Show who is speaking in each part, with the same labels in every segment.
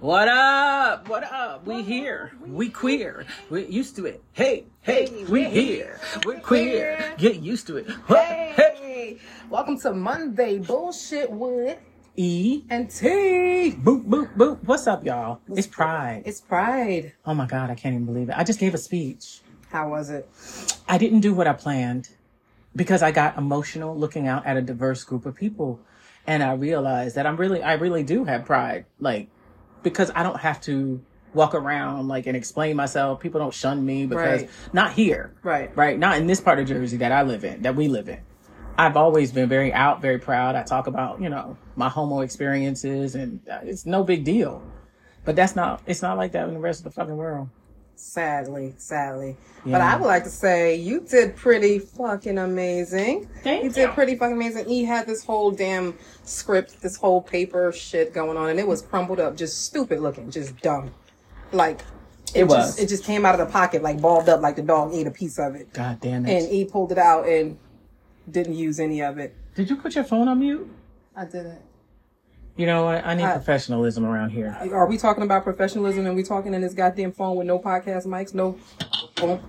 Speaker 1: What up? What up? We here. We queer. We're used to it. Hey, hey, we here. We're queer. Get used to it. What? Hey.
Speaker 2: Hey, welcome to Monday Bullshit with
Speaker 1: E.
Speaker 2: and T.
Speaker 1: Boop, boop, boop. What's up, y'all? It's Pride.
Speaker 2: It's Pride.
Speaker 1: Oh my God, I can't even believe it. I just gave a speech.
Speaker 2: How was it?
Speaker 1: I didn't do what I planned because I got emotional looking out at a diverse group of people. And I realized that I'm really, I really do have pride. Like, because I don't have to walk around like and explain myself. People don't shun me because
Speaker 2: Right.
Speaker 1: not here.
Speaker 2: Right.
Speaker 1: Right. Not in this part of Jersey that I live in, that we live in. I've always been very out, very proud. I talk about, you know, my homo experiences and uh, it's no big deal. But that's not, it's not like that in the rest of the fucking world.
Speaker 2: Sadly, sadly. But
Speaker 1: Yeah.
Speaker 2: I would like to say you did pretty fucking amazing.
Speaker 1: Thank
Speaker 2: you. did pretty fucking amazing. You had this whole damn script, this whole paper shit going on, and it was crumpled up, just stupid looking, just dumb. Like it,
Speaker 1: It was.
Speaker 2: Just, it just came out of the pocket, like balled up, like the dog ate a piece of it,
Speaker 1: God damn it.
Speaker 2: and E pulled it out and didn't use any of it.
Speaker 1: Did you put your phone on mute?
Speaker 2: I didn't.
Speaker 1: You know what? I need
Speaker 2: I-
Speaker 1: professionalism around here.
Speaker 2: Are we talking about professionalism and we talking in this goddamn phone with no podcast mics? No. Don't.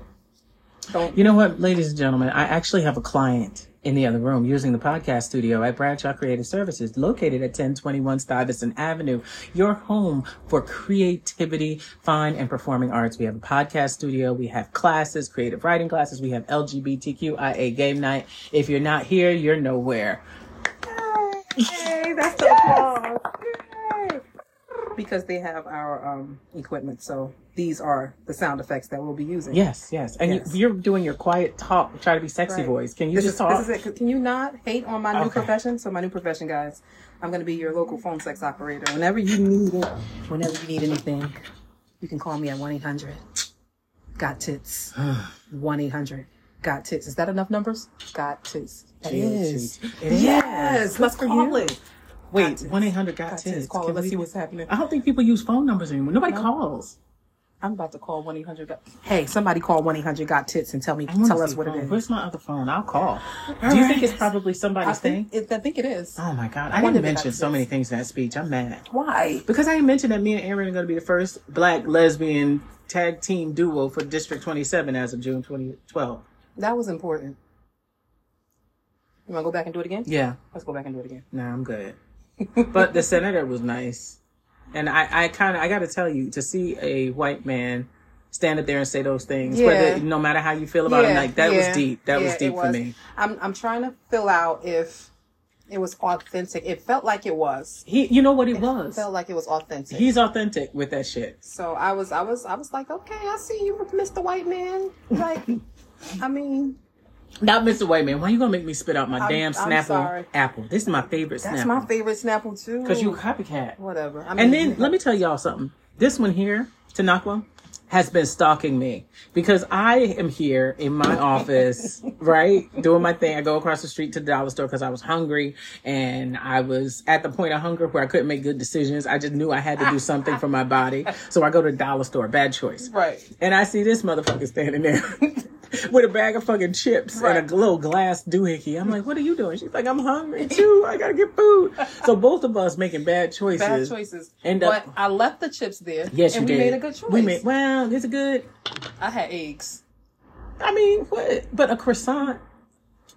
Speaker 2: Don't.
Speaker 1: You know what, ladies and gentlemen? I actually have a client in the other room using the podcast studio at Bradshaw Creative Services, located at 1021 Stuyvesant Avenue, your home for creativity, fine, and performing arts. We have a podcast studio. We have classes, creative writing classes. We have LGBTQIA game night. If you're not here, you're nowhere.
Speaker 2: Hey, that's the applause. Yay. Because they have our um, equipment, so these are the sound effects that we'll be using.
Speaker 1: Yes, yes. And
Speaker 2: Yes.
Speaker 1: You, you're doing your quiet talk. Try to be sexy
Speaker 2: Right.
Speaker 1: voice. Can you
Speaker 2: this
Speaker 1: just
Speaker 2: is,
Speaker 1: talk?
Speaker 2: This is it. Can you not hate on my new
Speaker 1: Okay.
Speaker 2: profession? So my new profession, guys, I'm gonna be your local phone sex operator. Whenever you need it, whenever you need anything, you can call me at one eight hundred. Got tits. One eight hundred. Got tits. Is that enough numbers? Got tits. That
Speaker 1: is. It is.
Speaker 2: Yes. Let's
Speaker 1: Good for
Speaker 2: call
Speaker 1: you.
Speaker 2: it. Got
Speaker 1: Wait,
Speaker 2: tits.
Speaker 1: one eight hundred got
Speaker 2: Got
Speaker 1: tits.
Speaker 2: tits. Call
Speaker 1: Can
Speaker 2: it. Let's
Speaker 1: we-
Speaker 2: see what's happening.
Speaker 1: I don't think people use phone numbers anymore. Nobody calls.
Speaker 2: I'm about to call one eight hundred. Hey, somebody call one eight hundred. Got tits and tell me.
Speaker 1: I wanna
Speaker 2: Tell us
Speaker 1: see
Speaker 2: what
Speaker 1: phone.
Speaker 2: it is.
Speaker 1: Where's my other phone? I'll call. Do you think
Speaker 2: right.
Speaker 1: it's probably somebody's
Speaker 2: I think,
Speaker 1: thing?
Speaker 2: it, I think it is.
Speaker 1: Oh my god! I, didn't
Speaker 2: wonder if it got
Speaker 1: mention so
Speaker 2: tits.
Speaker 1: many things in that speech. I'm mad
Speaker 2: Why?
Speaker 1: because I didn't mention that me and Aaron are going to be the first Black lesbian tag team duo for District 27 as of June 2012.
Speaker 2: That was important. You want to go back and do it again?
Speaker 1: Yeah,
Speaker 2: Let's go back and do it again.
Speaker 1: nah, I'm good. but the senator was nice, and I, I kind of, I got to tell you, to see a white man stand up there and say those things,
Speaker 2: Yeah.
Speaker 1: whether no matter how you feel about it, like that was
Speaker 2: yeah,
Speaker 1: deep. That
Speaker 2: yeah,
Speaker 1: was
Speaker 2: it
Speaker 1: deep for me.
Speaker 2: I'm I'm trying to fill out if it was authentic. It felt like it was.
Speaker 1: He, you know what he was.
Speaker 2: Felt like it was authentic.
Speaker 1: He's authentic with that shit.
Speaker 2: so I was I was I was like, okay, I see you, Mr. White Man. Like, I mean,
Speaker 1: Not Mr. White Man. Why you gonna make me spit out my
Speaker 2: I'm-
Speaker 1: damn
Speaker 2: I'm
Speaker 1: Snapple
Speaker 2: sorry.
Speaker 1: apple? This is my favorite
Speaker 2: that's
Speaker 1: Snapple.
Speaker 2: my favorite Snapple too.
Speaker 1: Cause you copycat.
Speaker 2: whatever. I mean,
Speaker 1: And then let me tell y'all something. This one here, Tanakwa, has been stalking me because I am here in my office, right, doing my thing. I go across the street to the dollar store because I was hungry and I was at the point of hunger where I couldn't make good decisions. I just knew I had to do something for my body, so I go to the dollar store. Bad choice,
Speaker 2: right.
Speaker 1: and I see this motherfucker standing there with a bag of fucking chips and
Speaker 2: Right.
Speaker 1: a little glass doohickey. I'm like, what are you doing? She's like, I'm hungry too. I gotta get food. So both of us making bad choices.
Speaker 2: Bad choices.
Speaker 1: End
Speaker 2: but
Speaker 1: up-
Speaker 2: I left the chips there.
Speaker 1: Yes,
Speaker 2: and
Speaker 1: you
Speaker 2: we
Speaker 1: did.
Speaker 2: made a good choice.
Speaker 1: We made well. It's a good.
Speaker 2: I had eggs.
Speaker 1: I mean, what? But a croissant.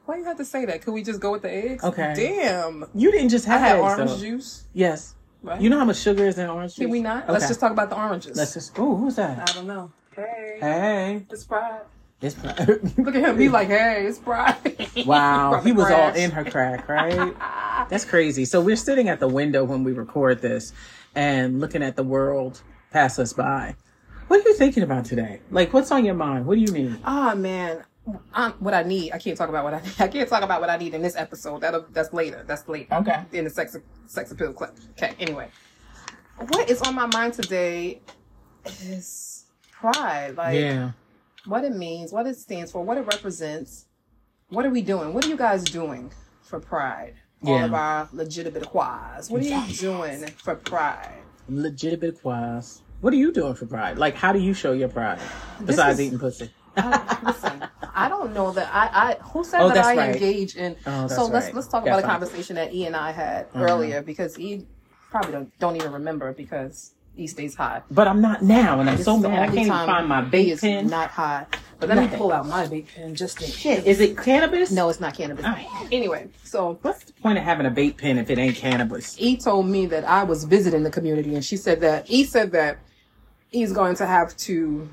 Speaker 2: Why you have to say that? Could we just go with the eggs?
Speaker 1: Okay.
Speaker 2: Damn.
Speaker 1: You didn't just
Speaker 2: I
Speaker 1: have
Speaker 2: had
Speaker 1: eggs,
Speaker 2: orange
Speaker 1: though.
Speaker 2: juice.
Speaker 1: Yes.
Speaker 2: Right.
Speaker 1: You know how much sugar is in orange juice?
Speaker 2: Can we not?
Speaker 1: Okay.
Speaker 2: Let's just talk Uh, about the oranges.
Speaker 1: Let's just. Ooh, who's that?
Speaker 2: I don't know. Hey.
Speaker 1: Hey,
Speaker 2: It's Pride.
Speaker 1: it's
Speaker 2: Look at him. He like, hey, it's Pride.
Speaker 1: Wow,
Speaker 2: From
Speaker 1: he
Speaker 2: the
Speaker 1: was all
Speaker 2: crash.
Speaker 1: in her crack, right? That's crazy. So we're sitting at the window when we record this and looking at the world pass us by. What are you thinking about today? Like, what's on your mind? What do you need?
Speaker 2: oh man, um, what I need. I can't talk about what I. Need. I can't talk about what I need in this episode. That'll. That's later. That's later.
Speaker 1: Okay.
Speaker 2: In the sex sex appeal clip. Okay. Anyway, what is on my mind today is pride. Like
Speaker 1: Yeah.
Speaker 2: what it means, what it stands for, what it represents. What are we doing? What are you guys doing for pride? All
Speaker 1: Yeah.
Speaker 2: of our legitimate quads. What are you doing for pride?
Speaker 1: Legitimate wise. What are you doing for pride? Like, how do you show your pride besides
Speaker 2: is-
Speaker 1: eating pussy?
Speaker 2: I- Uh, listen, I don't know that I, I who said
Speaker 1: Oh,
Speaker 2: that
Speaker 1: that's
Speaker 2: I
Speaker 1: right.
Speaker 2: engage in.
Speaker 1: Oh, that's
Speaker 2: so let's
Speaker 1: right. Mm-hmm.
Speaker 2: let's talk
Speaker 1: That's
Speaker 2: about a
Speaker 1: right.
Speaker 2: conversation that E and I had earlier because E probably don't, don't even remember because E stays high.
Speaker 1: But I'm not now, and I'm
Speaker 2: This
Speaker 1: so
Speaker 2: is the
Speaker 1: mad. I
Speaker 2: only
Speaker 1: can't even
Speaker 2: time
Speaker 1: find my
Speaker 2: he
Speaker 1: vape
Speaker 2: is
Speaker 1: pen.
Speaker 2: Not high. But let me
Speaker 1: Nothing.
Speaker 2: pull out my vape pen just in
Speaker 1: Shit, is it cannabis?
Speaker 2: No, it's not cannabis.
Speaker 1: Alright.
Speaker 2: Anyway, so
Speaker 1: What's the point of having a vape pen if it ain't cannabis?
Speaker 2: E told me that I was visiting the community, and she said that E said that he's going to have to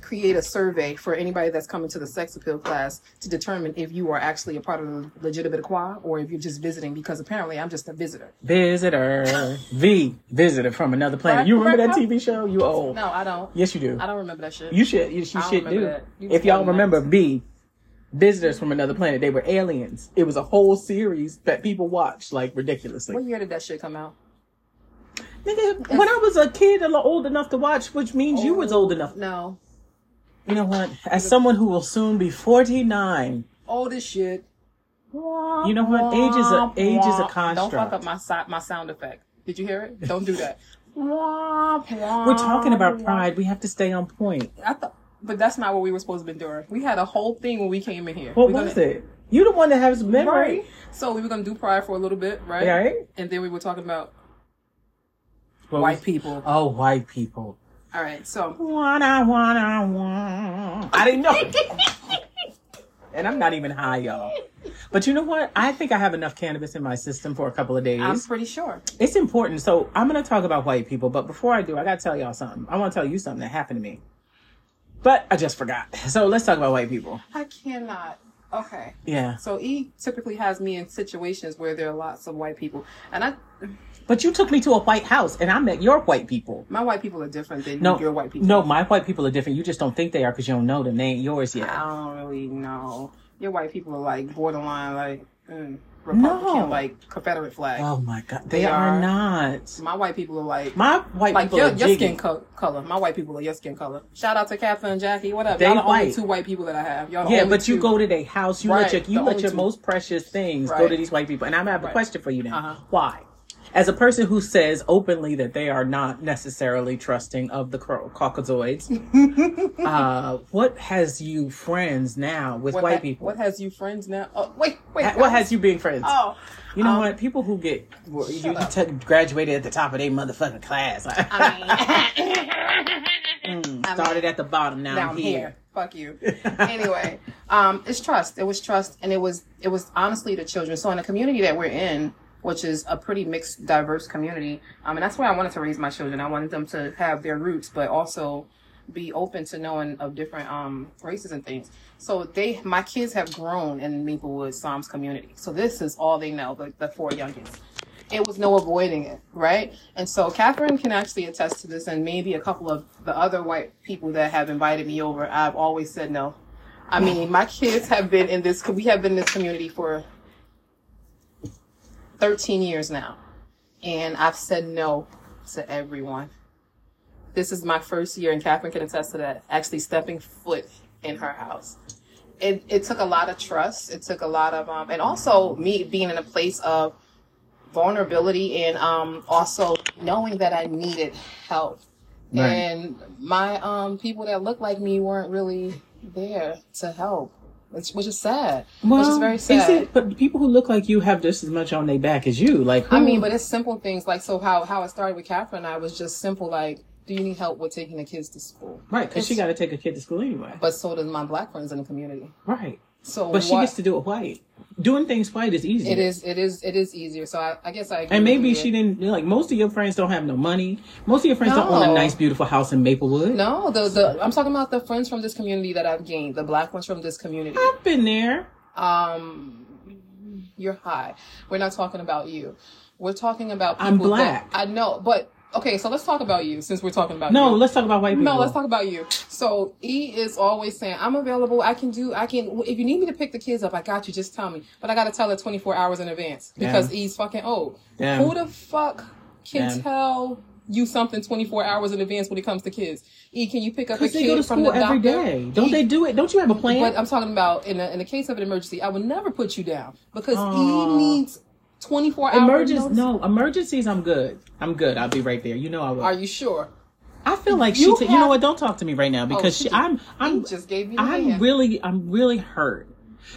Speaker 2: create a survey for anybody that's coming to the sex appeal class to determine if you are actually a part of the legitimate choir or if you're just visiting because apparently I'm just a visitor.
Speaker 1: Visitor, V visitor from another planet. you remember that TV show? You old?
Speaker 2: No, I don't.
Speaker 1: Yes, you do.
Speaker 2: I don't remember that shit.
Speaker 1: You should. You, sh- you
Speaker 2: I don't
Speaker 1: should do.
Speaker 2: remember that. You
Speaker 1: If y'all
Speaker 2: told me
Speaker 1: remember,
Speaker 2: that.
Speaker 1: B, visitors from another planet. They were aliens. It was a whole series that people watched like ridiculously.
Speaker 2: what year did that shit come out?
Speaker 1: Nigga, when I was a kid, a lot old enough to watch, which means you was old enough.
Speaker 2: No,
Speaker 1: You know what? As someone who will soon be forty nine,
Speaker 2: old as shit. You
Speaker 1: know what? Age is a- age is a
Speaker 2: Don't fuck
Speaker 1: construct.
Speaker 2: up my si- my sound effect. Did you hear it? Don't do that.
Speaker 1: we're talking
Speaker 2: Oh,
Speaker 1: about pride. We have to stay on point.
Speaker 2: I thought, but that's not what we were supposed to be doing. We had a whole thing when we came in here.
Speaker 1: What
Speaker 2: We're
Speaker 1: was
Speaker 2: gonna-
Speaker 1: it? You the one that has memory.
Speaker 2: Right. So we were gonna do pride for a little bit, right?
Speaker 1: Yeah, right.
Speaker 2: And then we were talking about
Speaker 1: What
Speaker 2: white
Speaker 1: was-
Speaker 2: people.
Speaker 1: Oh, white people.
Speaker 2: All right. So
Speaker 1: Wanna, wanna, wanna. I didn't know. and I'm not even high, y'all. But you know what? I think I have enough cannabis in my system for a couple of days.
Speaker 2: I'm pretty sure.
Speaker 1: It's important. So I'm going to talk about white people. But before I do, I got to tell y'all something. I want to tell you something that happened to me. But I just forgot. So let's talk about white people.
Speaker 2: I cannot. Okay.
Speaker 1: Yeah.
Speaker 2: So E typically has me in situations where there are lots of white people, and I,
Speaker 1: But you took me to a white house and I met your white people.
Speaker 2: my white people are different than
Speaker 1: No,
Speaker 2: your white people.
Speaker 1: No, my white people are different. You just don't think they are because you don't know them. They ain't yours yet.
Speaker 2: I don't really know. Your white people are like borderline, like mm, Republican,
Speaker 1: No.
Speaker 2: like Confederate flag.
Speaker 1: Oh my God. They,
Speaker 2: They
Speaker 1: are.
Speaker 2: are.
Speaker 1: not.
Speaker 2: My white people are like
Speaker 1: My white
Speaker 2: like
Speaker 1: people
Speaker 2: your,
Speaker 1: are
Speaker 2: your
Speaker 1: jiggy.
Speaker 2: skin co- color. My white people are your skin color. Shout out to Katha and Jackie. What up?
Speaker 1: They
Speaker 2: Y'all the only
Speaker 1: white.
Speaker 2: two white people that I have. Y'all the
Speaker 1: Yeah,
Speaker 2: only
Speaker 1: but you
Speaker 2: two.
Speaker 1: go to their house, you let
Speaker 2: Right,
Speaker 1: your you
Speaker 2: the
Speaker 1: let
Speaker 2: only
Speaker 1: your
Speaker 2: two.
Speaker 1: most precious things go
Speaker 2: Right.
Speaker 1: to these white people. And I have a
Speaker 2: Right.
Speaker 1: question for you now.
Speaker 2: Uh-huh.
Speaker 1: Why? As a person who says openly that they are not necessarily trusting of the cro- Caucasoids, uh, what has you friends now with
Speaker 2: what
Speaker 1: white
Speaker 2: ha-
Speaker 1: people?
Speaker 2: What has you friends now? Oh, wait, wait.
Speaker 1: Ha- what has you being friends?
Speaker 2: Oh,
Speaker 1: you know
Speaker 2: um,
Speaker 1: what? People who get were- you
Speaker 2: up.
Speaker 1: t- graduated at the top of their motherfucking class.
Speaker 2: I mean,
Speaker 1: Mm, started at the bottom, now,
Speaker 2: down
Speaker 1: I'm
Speaker 2: here.
Speaker 1: here.
Speaker 2: Fuck you. anyway, um, it's trust. It was trust, and it was it was honestly the children. So in the community that we're in, which is a pretty mixed, diverse community, um, and that's where I wanted to raise my children. I wanted them to have their roots, but also be open to knowing of different um, races and things. So they, my kids have grown in Maplewood Psalms community. So this is all they know, like the four youngest it was no avoiding it, right? And so Catherine can actually attest to this, and maybe a couple of the other white people that have invited me over, I've always said no. I mean, my kids have been in this, we have been in this community for 13 years now, and I've said no to everyone. This is my first year, and Catherine can attest to that, actually stepping foot in her house it, it took a lot of trust. It took a lot of, um, and also me being in a place of vulnerability and um, also knowing that I needed help.
Speaker 1: Right.
Speaker 2: And my um, people that looked like me weren't really there to help, which, which is sad. which is very sad.
Speaker 1: it? But people who look like you have just as much on their back as you. Like,
Speaker 2: I
Speaker 1: who-
Speaker 2: mean, but it's simple things like so. How how it started with Catherine and I was just simple like, do you need help with taking the kids to school?
Speaker 1: Right, because she
Speaker 2: It's-
Speaker 1: got to take a kid to school anyway.
Speaker 2: But so does my black friends in the community.
Speaker 1: right.
Speaker 2: So
Speaker 1: But she
Speaker 2: what-
Speaker 1: gets to do it white. Doing things white is easy.
Speaker 2: It is it is it is easier. So I, I guess I agree
Speaker 1: And
Speaker 2: with
Speaker 1: maybe
Speaker 2: you.
Speaker 1: she didn't, like, most of your friends don't have no money. Most of your friends don't own a
Speaker 2: No.
Speaker 1: nice, beautiful house in Maplewood.
Speaker 2: No, the the I'm talking about the friends from this community that I've gained, the black ones from this community.
Speaker 1: I've been there.
Speaker 2: Um, you're high. We're not talking about you. We're talking about people
Speaker 1: I'm black.
Speaker 2: that- I know, but okay. So let's talk about you since we're talking about
Speaker 1: No,
Speaker 2: you.
Speaker 1: let's talk about white people.
Speaker 2: No, let's talk about you. So E is always saying, "I'm available. I can do. I can. If you need me to pick the kids up, I got you. Just tell me." But I got to tell her 24 hours in advance because
Speaker 1: Yeah.
Speaker 2: E's fucking old.
Speaker 1: Yeah.
Speaker 2: Who the fuck can
Speaker 1: Yeah.
Speaker 2: tell you something 24 hours in advance when it comes to kids? E, can you pick up a
Speaker 1: Because they
Speaker 2: kid
Speaker 1: go to
Speaker 2: from
Speaker 1: school
Speaker 2: the
Speaker 1: every
Speaker 2: doctor?
Speaker 1: day. Don't
Speaker 2: E,
Speaker 1: they do it? Don't you have a plan?
Speaker 2: But um, I'm talking about in a, in the case of an emergency, I would never put you down because
Speaker 1: Aw.
Speaker 2: E needs 24 hours.
Speaker 1: Emergencies,
Speaker 2: notice.
Speaker 1: Oh. no, emergencies, I'm good. I'm good. I'll be right there. You know I will.
Speaker 2: Are you sure?
Speaker 1: I feel like
Speaker 2: You
Speaker 1: she. T- you know
Speaker 2: have- Oh,
Speaker 1: what? Don't talk to me right now because
Speaker 2: she
Speaker 1: she,
Speaker 2: just-
Speaker 1: I'm. I'm.
Speaker 2: he just gave me the
Speaker 1: I'm
Speaker 2: hand.
Speaker 1: really. I'm really hurt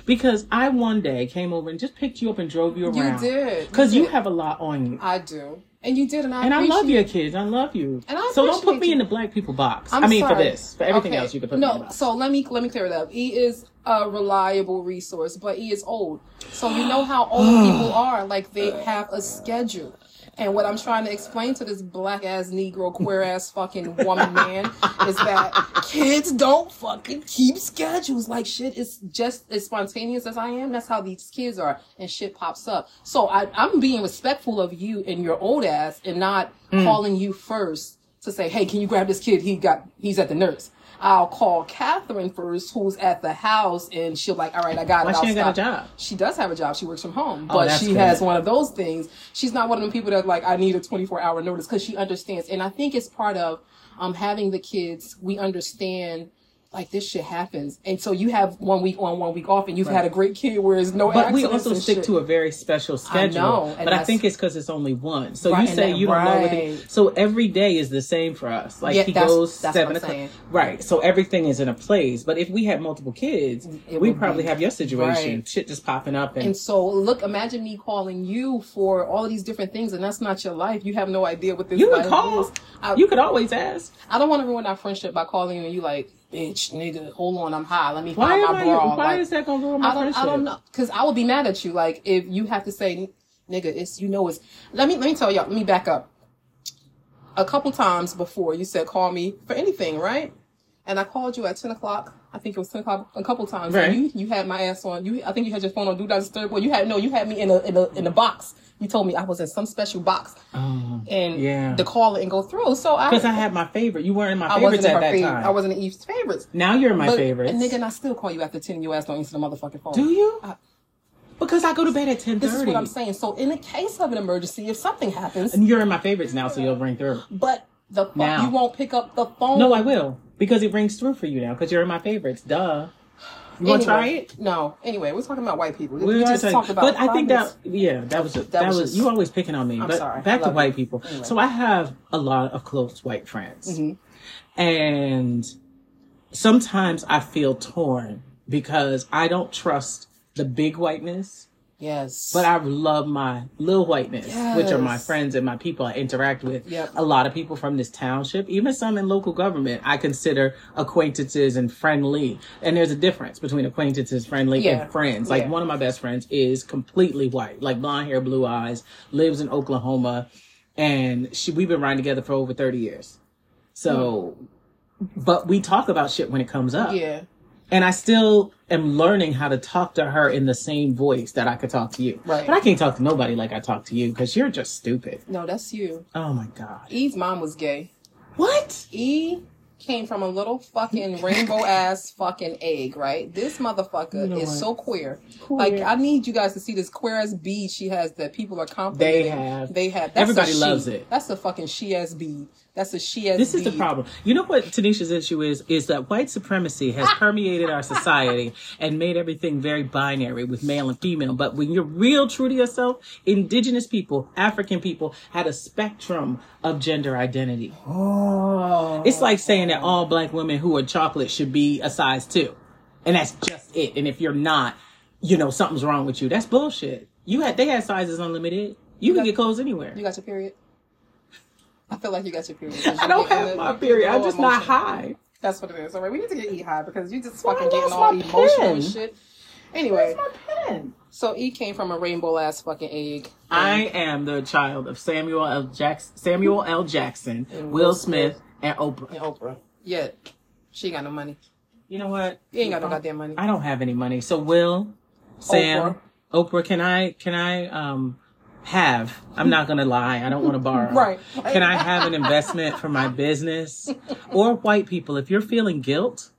Speaker 1: because I one day came over and just picked you up and drove you
Speaker 2: You
Speaker 1: around.
Speaker 2: did.
Speaker 1: Because you
Speaker 2: did.
Speaker 1: have a lot on you.
Speaker 2: I do. And you did, and I
Speaker 1: And I love
Speaker 2: appreciate-
Speaker 1: your kids. I love you.
Speaker 2: And I
Speaker 1: so don't put
Speaker 2: appreciate
Speaker 1: me
Speaker 2: you.
Speaker 1: in the black people box. i
Speaker 2: I'm
Speaker 1: mean, for
Speaker 2: sorry.
Speaker 1: this, for everything
Speaker 2: Okay.
Speaker 1: else, you can put me in the
Speaker 2: No,
Speaker 1: box.
Speaker 2: so let me let me clear it up. E is a reliable resource, but E is old. So you know how old people are. Like they have a schedule. And what I'm trying to explain to this black ass Negro queer ass fucking woman man is that kids don't fucking keep schedules. Like shit is just as spontaneous as I am. That's how these kids are, and shit pops up. So I, I'm being respectful of you and your old ass, and not calling you first to say, "Hey, can you grab this kid? He got he's at the nurse." I'll call Catherine first, who's at the house, and she'll like, "All right, I got
Speaker 1: Why
Speaker 2: it." I'll
Speaker 1: she ain't got a
Speaker 2: stop."
Speaker 1: job?
Speaker 2: She does have a job. She works from home,
Speaker 1: Oh,
Speaker 2: but
Speaker 1: that's
Speaker 2: she
Speaker 1: good.
Speaker 2: has one of those things. She's not one of them people that like I need a 24 hour notice because she understands, and I think it's part of um having the kids. We understand. Like this shit happens, and so you have one week on, one week off, and you've had a great kid where there's no.
Speaker 1: But we
Speaker 2: accidents
Speaker 1: also
Speaker 2: and
Speaker 1: stick
Speaker 2: shit.
Speaker 1: to a very special schedule.
Speaker 2: know, and
Speaker 1: but I
Speaker 2: that's-
Speaker 1: think it's because it's only one. So
Speaker 2: Right,
Speaker 1: you
Speaker 2: and
Speaker 1: say
Speaker 2: that-
Speaker 1: you don't know.
Speaker 2: right.
Speaker 1: What he, so every day is the same for us. Like
Speaker 2: Yeah,
Speaker 1: he
Speaker 2: that's-
Speaker 1: goes
Speaker 2: that's what
Speaker 1: seven
Speaker 2: I'm
Speaker 1: o'clock.
Speaker 2: saying.
Speaker 1: Right. So everything is in a place. But if we had multiple kids,
Speaker 2: It
Speaker 1: we
Speaker 2: would
Speaker 1: probably
Speaker 2: be-
Speaker 1: have your situation.
Speaker 2: right.
Speaker 1: Shit just popping up and.
Speaker 2: And so, look, imagine me calling you for all of these different things, and that's not your life. You have no idea what this
Speaker 1: you
Speaker 2: life
Speaker 1: can call.
Speaker 2: is. I,
Speaker 1: you could always ask.
Speaker 2: I don't want to ruin our friendship by calling you and you like, bitch, nigga, hold on, I'm high. Let me
Speaker 1: Why
Speaker 2: find
Speaker 1: am
Speaker 2: my
Speaker 1: I?
Speaker 2: bra.
Speaker 1: Why
Speaker 2: Like,
Speaker 1: is that gonna ruin my
Speaker 2: I don't,
Speaker 1: friendship?
Speaker 2: I don't know, because I would be mad at you. Like, if you have to say, nigga, it's you know, it's let me let me tell y'all. Let me back up. A couple times before you said call me for anything, right? And I called you at ten o'clock. I think it was ten o'clock. A couple times.
Speaker 1: Right.
Speaker 2: And you you had my ass on. You I think you had your phone on do not disturb. Well, you had no, you had me in a in a in a box. You told me I was in some special box, and
Speaker 1: yeah.
Speaker 2: the call it and go through. So I
Speaker 1: Because I had my favorite. You weren't in my
Speaker 2: I
Speaker 1: favorites
Speaker 2: wasn't in
Speaker 1: at
Speaker 2: her
Speaker 1: that
Speaker 2: favorite.
Speaker 1: time.
Speaker 2: I wasn't in Eve's favorites.
Speaker 1: now you're in my
Speaker 2: But-
Speaker 1: favorites.
Speaker 2: And nigga, and I still call you after 10 and your ass don't answer the motherfucking phone.
Speaker 1: Do you?
Speaker 2: I-
Speaker 1: because I go to bed at ten
Speaker 2: This is what I'm
Speaker 1: thirty.
Speaker 2: saying. So in the case of an emergency, if something happens,
Speaker 1: And you're in my favorites now, so you'll ring through.
Speaker 2: but the fuck,
Speaker 1: Now.
Speaker 2: you won't pick up the phone.
Speaker 1: No, I will because it rings through for you now because you're in my favorites. Duh. You want to try it?
Speaker 2: No. Anyway, we're talking about white people. We,
Speaker 1: We are
Speaker 2: just
Speaker 1: talking-
Speaker 2: talked about.
Speaker 1: but I think that
Speaker 2: problems.
Speaker 1: yeah, that was that,
Speaker 2: was
Speaker 1: was,
Speaker 2: just-
Speaker 1: you always picking on me. but
Speaker 2: sorry. I
Speaker 1: back to
Speaker 2: love
Speaker 1: white
Speaker 2: you.
Speaker 1: people.
Speaker 2: Anyway.
Speaker 1: So I have a lot of close white friends,
Speaker 2: Mm-hmm.
Speaker 1: and sometimes I feel torn because I don't trust the big whiteness.
Speaker 2: yes,
Speaker 1: But I love my little whiteness, which are my
Speaker 2: Yes.
Speaker 1: friends and my people I interact with.
Speaker 2: Yep.
Speaker 1: A lot of people from this township, even some in local government, I consider acquaintances and friendly. And there's a difference between acquaintances, friendly,
Speaker 2: Yeah.
Speaker 1: and friends. Like
Speaker 2: Yeah.
Speaker 1: one of my best friends is completely white, like blonde hair, blue eyes, lives in Oklahoma, and she we've been riding together for over thirty years. So, but we talk about shit when it comes up.
Speaker 2: Mm-hmm. yeah,
Speaker 1: And I still am learning how to talk to her in the same voice that I could talk to you.
Speaker 2: Right.
Speaker 1: But I can't talk to nobody like I talk to you because you're just stupid.
Speaker 2: no, that's you.
Speaker 1: Oh my God.
Speaker 2: Eve's mom was gay.
Speaker 1: What?
Speaker 2: E came from a little fucking rainbow ass fucking egg, right? This motherfucker
Speaker 1: know
Speaker 2: is
Speaker 1: what?
Speaker 2: so queer.
Speaker 1: Queer.
Speaker 2: Like I need you guys to see this queer ass bead she has that people are complimenting.
Speaker 1: They have.
Speaker 2: They have. a
Speaker 1: Everybody
Speaker 2: she.
Speaker 1: loves it.
Speaker 2: That's a fucking she ass bead. That's a she ass.
Speaker 1: This is the problem. You know what Tanisha's issue is? Is that white supremacy has permeated our society and made everything very binary with male and female. But when you're real true to yourself, indigenous people, African people had a spectrum of gender identity.
Speaker 2: Oh.
Speaker 1: It's like saying that all black women who are chocolate should be a size two. And that's just it. And if you're not, you know, something's wrong with you. That's bullshit. You had they had sizes unlimited. You can get clothes anywhere.
Speaker 2: You got your period. I feel like you got your period.
Speaker 1: I don't have my period. I'm just not high.
Speaker 2: That's what it is. All right, we need to get E high because you just
Speaker 1: Well, I
Speaker 2: fucking getting
Speaker 1: lost
Speaker 2: all
Speaker 1: my
Speaker 2: emotional
Speaker 1: pen.
Speaker 2: and shit. Anyway,
Speaker 1: pen?
Speaker 2: so E came from a rainbow ass fucking egg.
Speaker 1: I am the child of Samuel L. Jackson, Samuel L. Jackson, Will
Speaker 2: Will
Speaker 1: Smith, and Oprah.
Speaker 2: Oprah. Yet she ain't got no money.
Speaker 1: You know what?
Speaker 2: You ain't got no goddamn money.
Speaker 1: I don't have any money. So Will, Sam, Oprah, can I can I um have? I'm not gonna lie. I don't want to borrow.
Speaker 2: Right.
Speaker 1: Can I have an investment for my business or white people? If you're feeling guilt,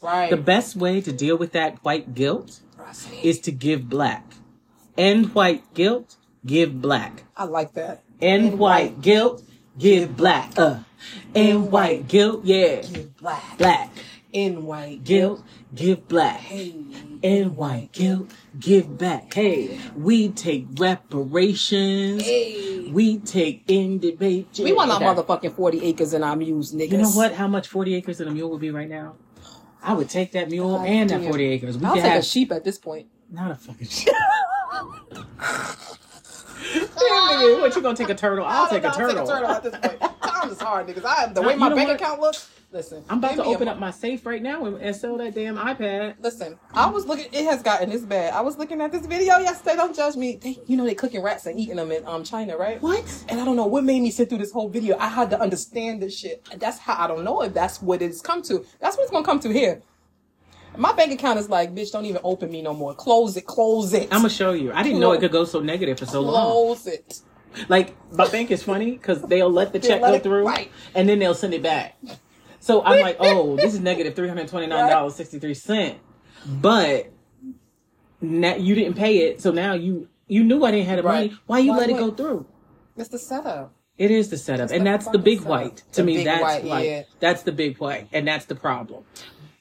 Speaker 2: right.
Speaker 1: the best way to deal with that white guilt
Speaker 2: Rossi.
Speaker 1: is to give black. End white guilt. Give black.
Speaker 2: I like that.
Speaker 1: End white guilt. Give black. Uh. End white guilt. Yeah.
Speaker 2: Black.
Speaker 1: Black
Speaker 2: In white.
Speaker 1: guilt. Give black. and white guilt give back. Hey, we take reparations.
Speaker 2: Hey.
Speaker 1: We take individual.
Speaker 2: We want our motherfucking 40 acres in our muse, niggas.
Speaker 1: You know what? How much 40 acres and a mule would be right now? I would take that mule
Speaker 2: God
Speaker 1: and that
Speaker 2: damn.
Speaker 1: 40 acres. We
Speaker 2: I'll
Speaker 1: could
Speaker 2: take
Speaker 1: have
Speaker 2: a sheep at this point.
Speaker 1: not a fucking shit. nigga, what you gonna take a turtle? I'll
Speaker 2: I
Speaker 1: take a
Speaker 2: don't know,
Speaker 1: turtle.
Speaker 2: I'll take a turtle at this point. Times is hard, niggas. I am the
Speaker 1: Nah,
Speaker 2: way
Speaker 1: you
Speaker 2: my
Speaker 1: don't
Speaker 2: bank
Speaker 1: wanna-
Speaker 2: account looks. Listen,
Speaker 1: I'm about
Speaker 2: give
Speaker 1: to
Speaker 2: me a
Speaker 1: open
Speaker 2: mo-
Speaker 1: up my safe right now and, and sell that damn iPad.
Speaker 2: Listen, I was looking. It has gotten this bad. I was looking at this video yesterday. Don't judge me. They, you know they cooking rats and eating them in um China, right?
Speaker 1: What?
Speaker 2: And I don't know what made me sit through this whole video. I had to understand this shit. That's how I don't know if that's what it's come to. That's what's gonna come to here. My bank account is like, bitch, don't even open me no more. Close it, close it.
Speaker 1: I'm gonna show you. I didn't know it could go so negative for so long.
Speaker 2: close it.
Speaker 1: Like my bank is funny because they'll let the check
Speaker 2: let
Speaker 1: go
Speaker 2: it-
Speaker 1: through
Speaker 2: right.
Speaker 1: and then they'll send it back. So I'm like, oh, this is negative three hundred twenty nine dollars sixty three cent, but now you didn't pay it, so now you you knew I didn't have the
Speaker 2: Right.
Speaker 1: money. Why you
Speaker 2: Why
Speaker 1: let it
Speaker 2: would-
Speaker 1: go through?
Speaker 2: It's the setup.
Speaker 1: It is the setup, and
Speaker 2: the
Speaker 1: that's the
Speaker 2: fucking
Speaker 1: big
Speaker 2: setup.
Speaker 1: white. To
Speaker 2: The
Speaker 1: me,
Speaker 2: big
Speaker 1: that's
Speaker 2: white,
Speaker 1: like
Speaker 2: yeah.
Speaker 1: that's the big white, and that's the problem.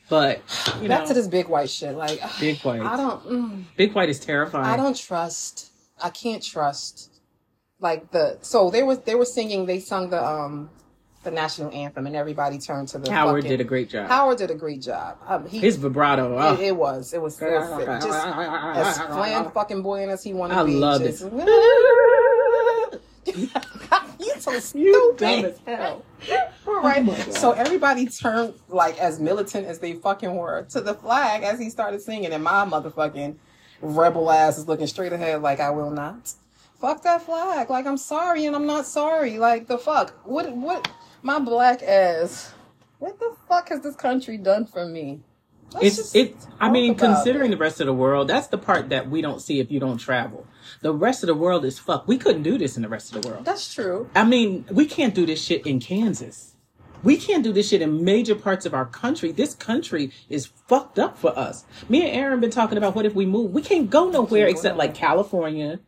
Speaker 1: But you
Speaker 2: Back
Speaker 1: know,
Speaker 2: to this big white shit. Like
Speaker 1: big white.
Speaker 2: I don't. Mm.
Speaker 1: big white is terrifying.
Speaker 2: I don't trust. I can't trust. Like the so they were they were singing. They sung the um the national anthem, and everybody turned to the.
Speaker 1: Howard
Speaker 2: fucking-
Speaker 1: did a great job.
Speaker 2: Howard did a great job. Um, he
Speaker 1: His vibrato. oh.
Speaker 2: it, it was it was, it was it just as flammed fucking boy as he wanted to
Speaker 1: I
Speaker 2: be.
Speaker 1: love
Speaker 2: just, you so stupid.
Speaker 1: dumb as
Speaker 2: hell.
Speaker 1: Oh
Speaker 2: Right. so everybody turned like as militant as they fucking were to the flag as he started singing, and my motherfucking rebel ass is looking straight ahead like I will not. Fuck that flag. Like I'm sorry and I'm not sorry. Like the fuck. What what my black ass. What the fuck has this country done for me? Let's
Speaker 1: It's
Speaker 2: just
Speaker 1: it. I
Speaker 2: talk
Speaker 1: mean,
Speaker 2: about
Speaker 1: considering
Speaker 2: it.
Speaker 1: the rest of the world, that's the part that we don't see if you don't travel. The rest of the world is fuck. We couldn't do this in the rest of the world.
Speaker 2: that's true.
Speaker 1: I mean, we can't do this shit in Kansas. We can't do this shit in major parts of our country. This country is fucked up for us. Me and Aaron been talking about what if we move? We can't go nowhere except like California,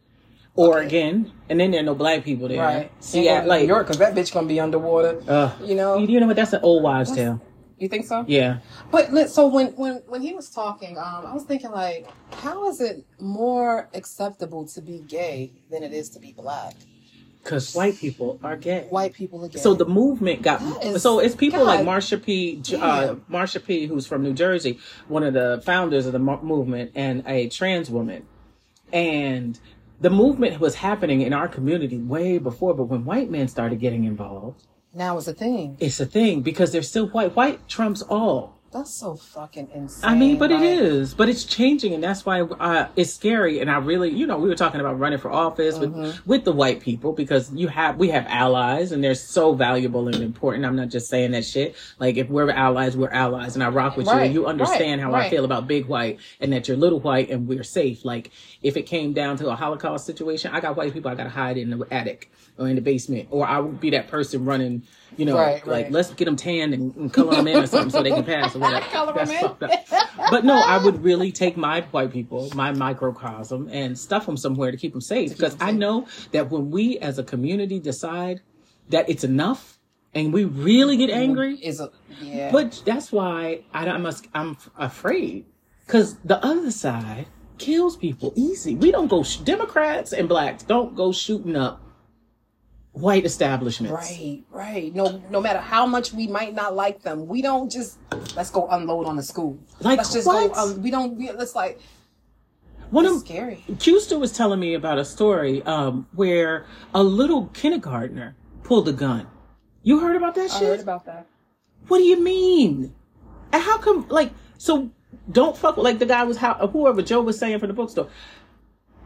Speaker 1: Oregon, and then there are no black people there.
Speaker 2: Right.
Speaker 1: See,
Speaker 2: Ain't going to
Speaker 1: like
Speaker 2: New York, because that bitch gonna be underwater.
Speaker 1: Ugh.
Speaker 2: you know.
Speaker 1: You know what? That's an old wives' tale.
Speaker 2: You think so?
Speaker 1: Yeah.
Speaker 2: But let- so when when when he was talking, um, I was thinking like, how is it more acceptable to be gay than it is to be black?
Speaker 1: Because white people are gay.
Speaker 2: White people are gay.
Speaker 1: So the movement got
Speaker 2: That is-
Speaker 1: so it's people like
Speaker 2: God.
Speaker 1: Marsha P. J- Uh, Marsha P. Who's from New Jersey, one of the founders of the mo- movement, and a trans woman, and the movement was happening in our community way before. But when white men started getting involved,
Speaker 2: now is a thing.
Speaker 1: it's a thing because they're still white. White trumps all.
Speaker 2: That's so fucking insane.
Speaker 1: I mean, but it
Speaker 2: like,
Speaker 1: is, but it's changing, and that's why uh, it's scary. And I really, you know, we were talking about running for office with
Speaker 2: Mm-hmm.
Speaker 1: with the white people because you have we have allies, and they're so valuable and important. I'm not just saying that shit. Like if we're allies, we're allies, and I rock with you.
Speaker 2: Right,
Speaker 1: And you understand
Speaker 2: right,
Speaker 1: how I
Speaker 2: right.
Speaker 1: feel about big white, and that you're little white, and we're safe. Like if it came down to a Holocaust situation, I got white people I got to hide in the attic or in the basement, or I would be that person running. You know,
Speaker 2: Right,
Speaker 1: like
Speaker 2: right.
Speaker 1: let's get them tanned and, and color them in or something so they can pass or whatever.
Speaker 2: Color 'em
Speaker 1: That's
Speaker 2: in.
Speaker 1: fucked up. But no, I would really take my white people, my microcosm, and stuff them somewhere to keep them safe. Because I know that when we as a community decide that it's enough and we really get angry,
Speaker 2: Is a yeah.
Speaker 1: but that's why I, I must, I'm f- afraid. Because the other side kills people easy. We don't go, sh- Democrats and blacks don't go shooting up white establishments.
Speaker 2: right, right. No, no matter how much we might not like them, we don't just let's go unload on the school.
Speaker 1: Like
Speaker 2: let's just
Speaker 1: what?
Speaker 2: go. Um, we don't. We, it's like
Speaker 1: One
Speaker 2: it's
Speaker 1: of,
Speaker 2: scary.
Speaker 1: Custer was telling me about a story um, where a little kindergartner pulled a gun. You heard about that shit?
Speaker 2: about that.
Speaker 1: what do you mean? And how come? Like, so don't fuck. with- Like the guy was how whoever Joe was saying from the bookstore.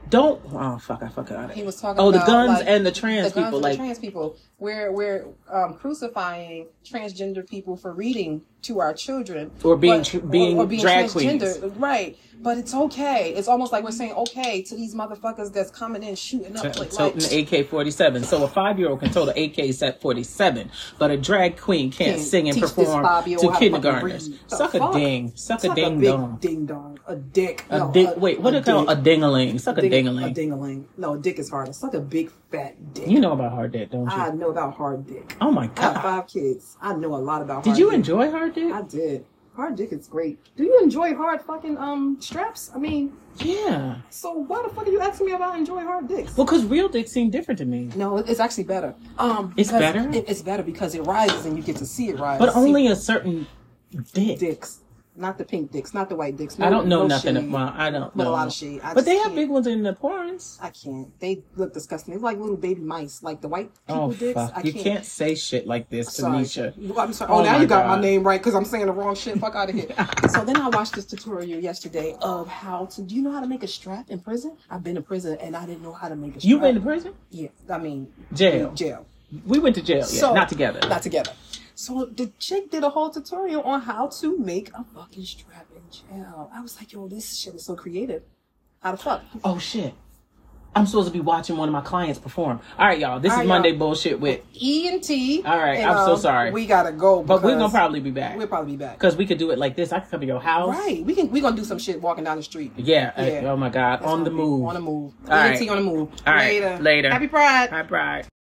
Speaker 1: Don't. Oh fuck! I fuck out.
Speaker 2: He was talking.
Speaker 1: Oh, the
Speaker 2: about,
Speaker 1: guns
Speaker 2: like,
Speaker 1: and the trans
Speaker 2: the guns
Speaker 1: people.
Speaker 2: and
Speaker 1: Like, uh,
Speaker 2: the trans people. We're we're um, crucifying transgender people for reading to our children
Speaker 1: Or being tr- being drag
Speaker 2: transgender. right? But it's okay. It's almost like we're saying okay to these motherfuckers that's coming in shooting up. like,
Speaker 1: toting
Speaker 2: like,
Speaker 1: the AK forty seven. So a five year old can tote an AK set forty seven, but a drag queen can't
Speaker 2: Can't
Speaker 1: sing and
Speaker 2: teach this
Speaker 1: perform
Speaker 2: five-year-old
Speaker 1: to
Speaker 2: how to fucking
Speaker 1: kindergartners.
Speaker 2: read. The
Speaker 1: Suck a
Speaker 2: fuck?
Speaker 1: ding, suck a
Speaker 3: Suck
Speaker 1: ding
Speaker 3: big
Speaker 1: dong.
Speaker 3: ding dong. A dick.
Speaker 1: A
Speaker 3: No,
Speaker 1: dick. wait, what do you
Speaker 3: a
Speaker 1: call
Speaker 3: dick.
Speaker 1: a dingaling? Suck a
Speaker 3: Ding-
Speaker 1: dingaling.
Speaker 3: A dingaling. No, a dick is hard. Suck a big fat dick.
Speaker 1: You know about hard dick, don't you?
Speaker 3: I know about hard dick.
Speaker 1: oh my
Speaker 3: I have
Speaker 1: god!
Speaker 3: five kids. I know a lot about.
Speaker 1: Did
Speaker 3: hard
Speaker 1: you
Speaker 3: dick.
Speaker 1: enjoy hard dick?
Speaker 3: I did. Hard dick is great. Do you enjoy hard fucking um straps? I mean,
Speaker 1: yeah.
Speaker 3: so why the fuck are you asking me about enjoy hard dicks?
Speaker 1: Well, because real dick seemed different to me,
Speaker 2: no, it's actually better. Um,
Speaker 1: It's
Speaker 2: because
Speaker 1: better?
Speaker 2: It, it's better because it rises and you get to see it rise.
Speaker 1: but
Speaker 2: See
Speaker 1: only a certain dick.
Speaker 3: Dicks.
Speaker 2: Not the pink dicks, not the white dicks.
Speaker 1: I don't know
Speaker 2: no
Speaker 1: nothing.
Speaker 2: shade.
Speaker 1: Well, I don't
Speaker 2: But
Speaker 1: know.
Speaker 2: a lot of shade. I
Speaker 1: but
Speaker 2: just
Speaker 1: they have
Speaker 2: can't.
Speaker 1: big ones in the porns.
Speaker 2: I can't. They look disgusting. They look like little baby mice, like the white people
Speaker 1: Oh
Speaker 2: dicks.
Speaker 1: fuck!
Speaker 2: I
Speaker 1: You can't say shit like this,
Speaker 2: Sorry.
Speaker 1: Tanisha.
Speaker 2: Well, I'm sorry.
Speaker 1: Oh
Speaker 2: Oh, now
Speaker 1: my
Speaker 2: you got
Speaker 1: God.
Speaker 2: my name right because I'm saying the wrong shit. Fuck out of here. so then I watched this tutorial yesterday of how to. Do you know how to make a strap in prison? I've been to prison and I didn't know how to make a strap.
Speaker 1: You went to prison?
Speaker 2: Yeah, I mean
Speaker 1: Jail.
Speaker 2: Jail.
Speaker 1: We went to jail. Yeah,
Speaker 2: So-
Speaker 1: not together.
Speaker 2: Not together. So the chick did a whole tutorial on how to make a fucking strap in jail. I was like, yo, this shit is so creative. How the fuck?
Speaker 1: oh shit! I'm supposed to be watching one of my clients perform. All right, y'all. This
Speaker 2: All
Speaker 1: is
Speaker 2: right,
Speaker 1: Monday
Speaker 2: y'all.
Speaker 1: bullshit with,
Speaker 2: E and T.
Speaker 1: All right,
Speaker 2: And,
Speaker 1: I'm so
Speaker 2: um,
Speaker 1: sorry.
Speaker 2: We gotta go,
Speaker 1: but we're gonna
Speaker 2: because
Speaker 1: probably be back
Speaker 2: we'll probably be back.
Speaker 1: because we could do it like this. I could come to your house.
Speaker 2: Right, we can. We gonna do some shit walking down the street.
Speaker 1: Yeah. uh,
Speaker 2: Yeah.
Speaker 1: oh my god.
Speaker 2: That's
Speaker 1: on the
Speaker 2: gonna be
Speaker 1: move.
Speaker 2: On the move.
Speaker 1: All
Speaker 2: All
Speaker 1: right.
Speaker 2: right. on the move.
Speaker 1: All right, later.
Speaker 2: Happy Pride.
Speaker 1: Hi, Pride.